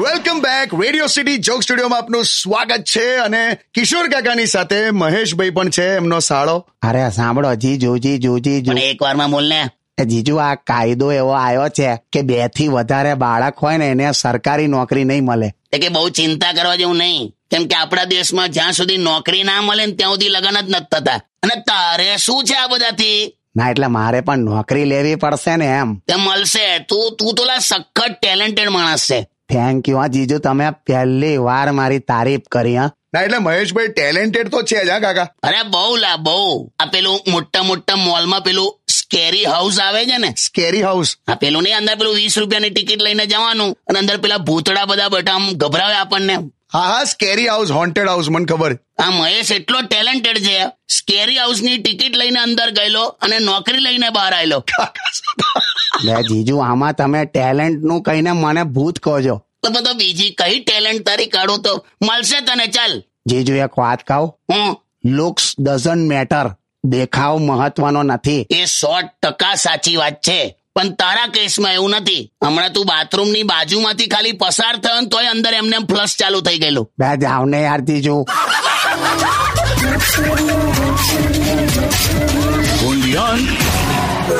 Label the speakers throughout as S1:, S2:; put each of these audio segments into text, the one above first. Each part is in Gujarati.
S1: welcome back radio city joke સ્ટુડિયોમાં આપનું સ્વાગત છે અને કિશોર કાકાની સાથે મહેશભાઈ પણ છે એમનો સાળો
S2: અરે સાંભળો જીજુ જીજુ જીજુ
S3: પણ એક વારમાં બોલ ને
S2: જીજુ આ કાયદો એવો આવ્યો છે કે બે થી વધારે બાળક હોય ને એને સરકારી નોકરી નહીં મળે
S3: તે કે બહુ ચિંતા કરવા જેવું નહીં કેમ કે આપણા દેશમાં જ્યાં સુધી નોકરી ના મળે ને ત્યાં સુધી લગ્ન જ નથી થતા અને તારે શું છે આ બધાથી
S2: ના એટલે મારે પણ નોકરી લેવી પડશે ને એમ
S3: તે મળશે તું તું તો લા સખત ટેલેન્ટેડ માણસ છે
S2: થેન્ક યુ હા જીજુ તમે પહેલી વાર મારી તારીફ કરી હા
S1: ના એટલે મહેશભાઈ ટેલેન્ટેડ તો છે જ હા કાકા
S3: અરે બહુ લા બહુ આ પેલું મોટા મોટા મોલમાં પેલું સ્કેરી હાઉસ આવે છે ને
S1: સ્કેરી હાઉસ
S3: આ પેલું નહીં અંદર પેલું વીસ રૂપિયાની ટિકિટ લઈને જવાનું અને અંદર પેલા ભૂતડા બધા બેઠા આમ ગભરાવે આપણને
S1: હા હા સ્કેરી હાઉસ હોન્ટેડ હાઉસ મને ખબર
S3: આ મહેશ એટલો ટેલેન્ટેડ છે સ્કેરી હાઉસની ટિકિટ લઈને અંદર ગયેલો અને નોકરી લઈને બહાર આવેલો
S2: લે જીજુ આમાં તમે ટેલેન્ટ નું કહીને મને ભૂત કહો છો
S3: તો બધો બીજી કઈ ટેલેન્ટ તારી કાઢું તો મળશે તને ચાલ
S2: જીજુ એક વાત કહું
S3: હું
S2: લુક્સ ડઝન્ટ મેટર દેખાવ મહત્વનો નથી
S3: એ સો ટકા સાચી વાત છે પણ તારા કેસમાં એવું નથી હમણાં તું બાથરૂમની બાજુમાંથી ખાલી પસાર થયો ને તોય અંદર એમને એમ ફ્લશ ચાલુ થઈ ગયેલું
S2: બે જાવ ને યાર જીજુ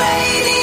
S4: Radio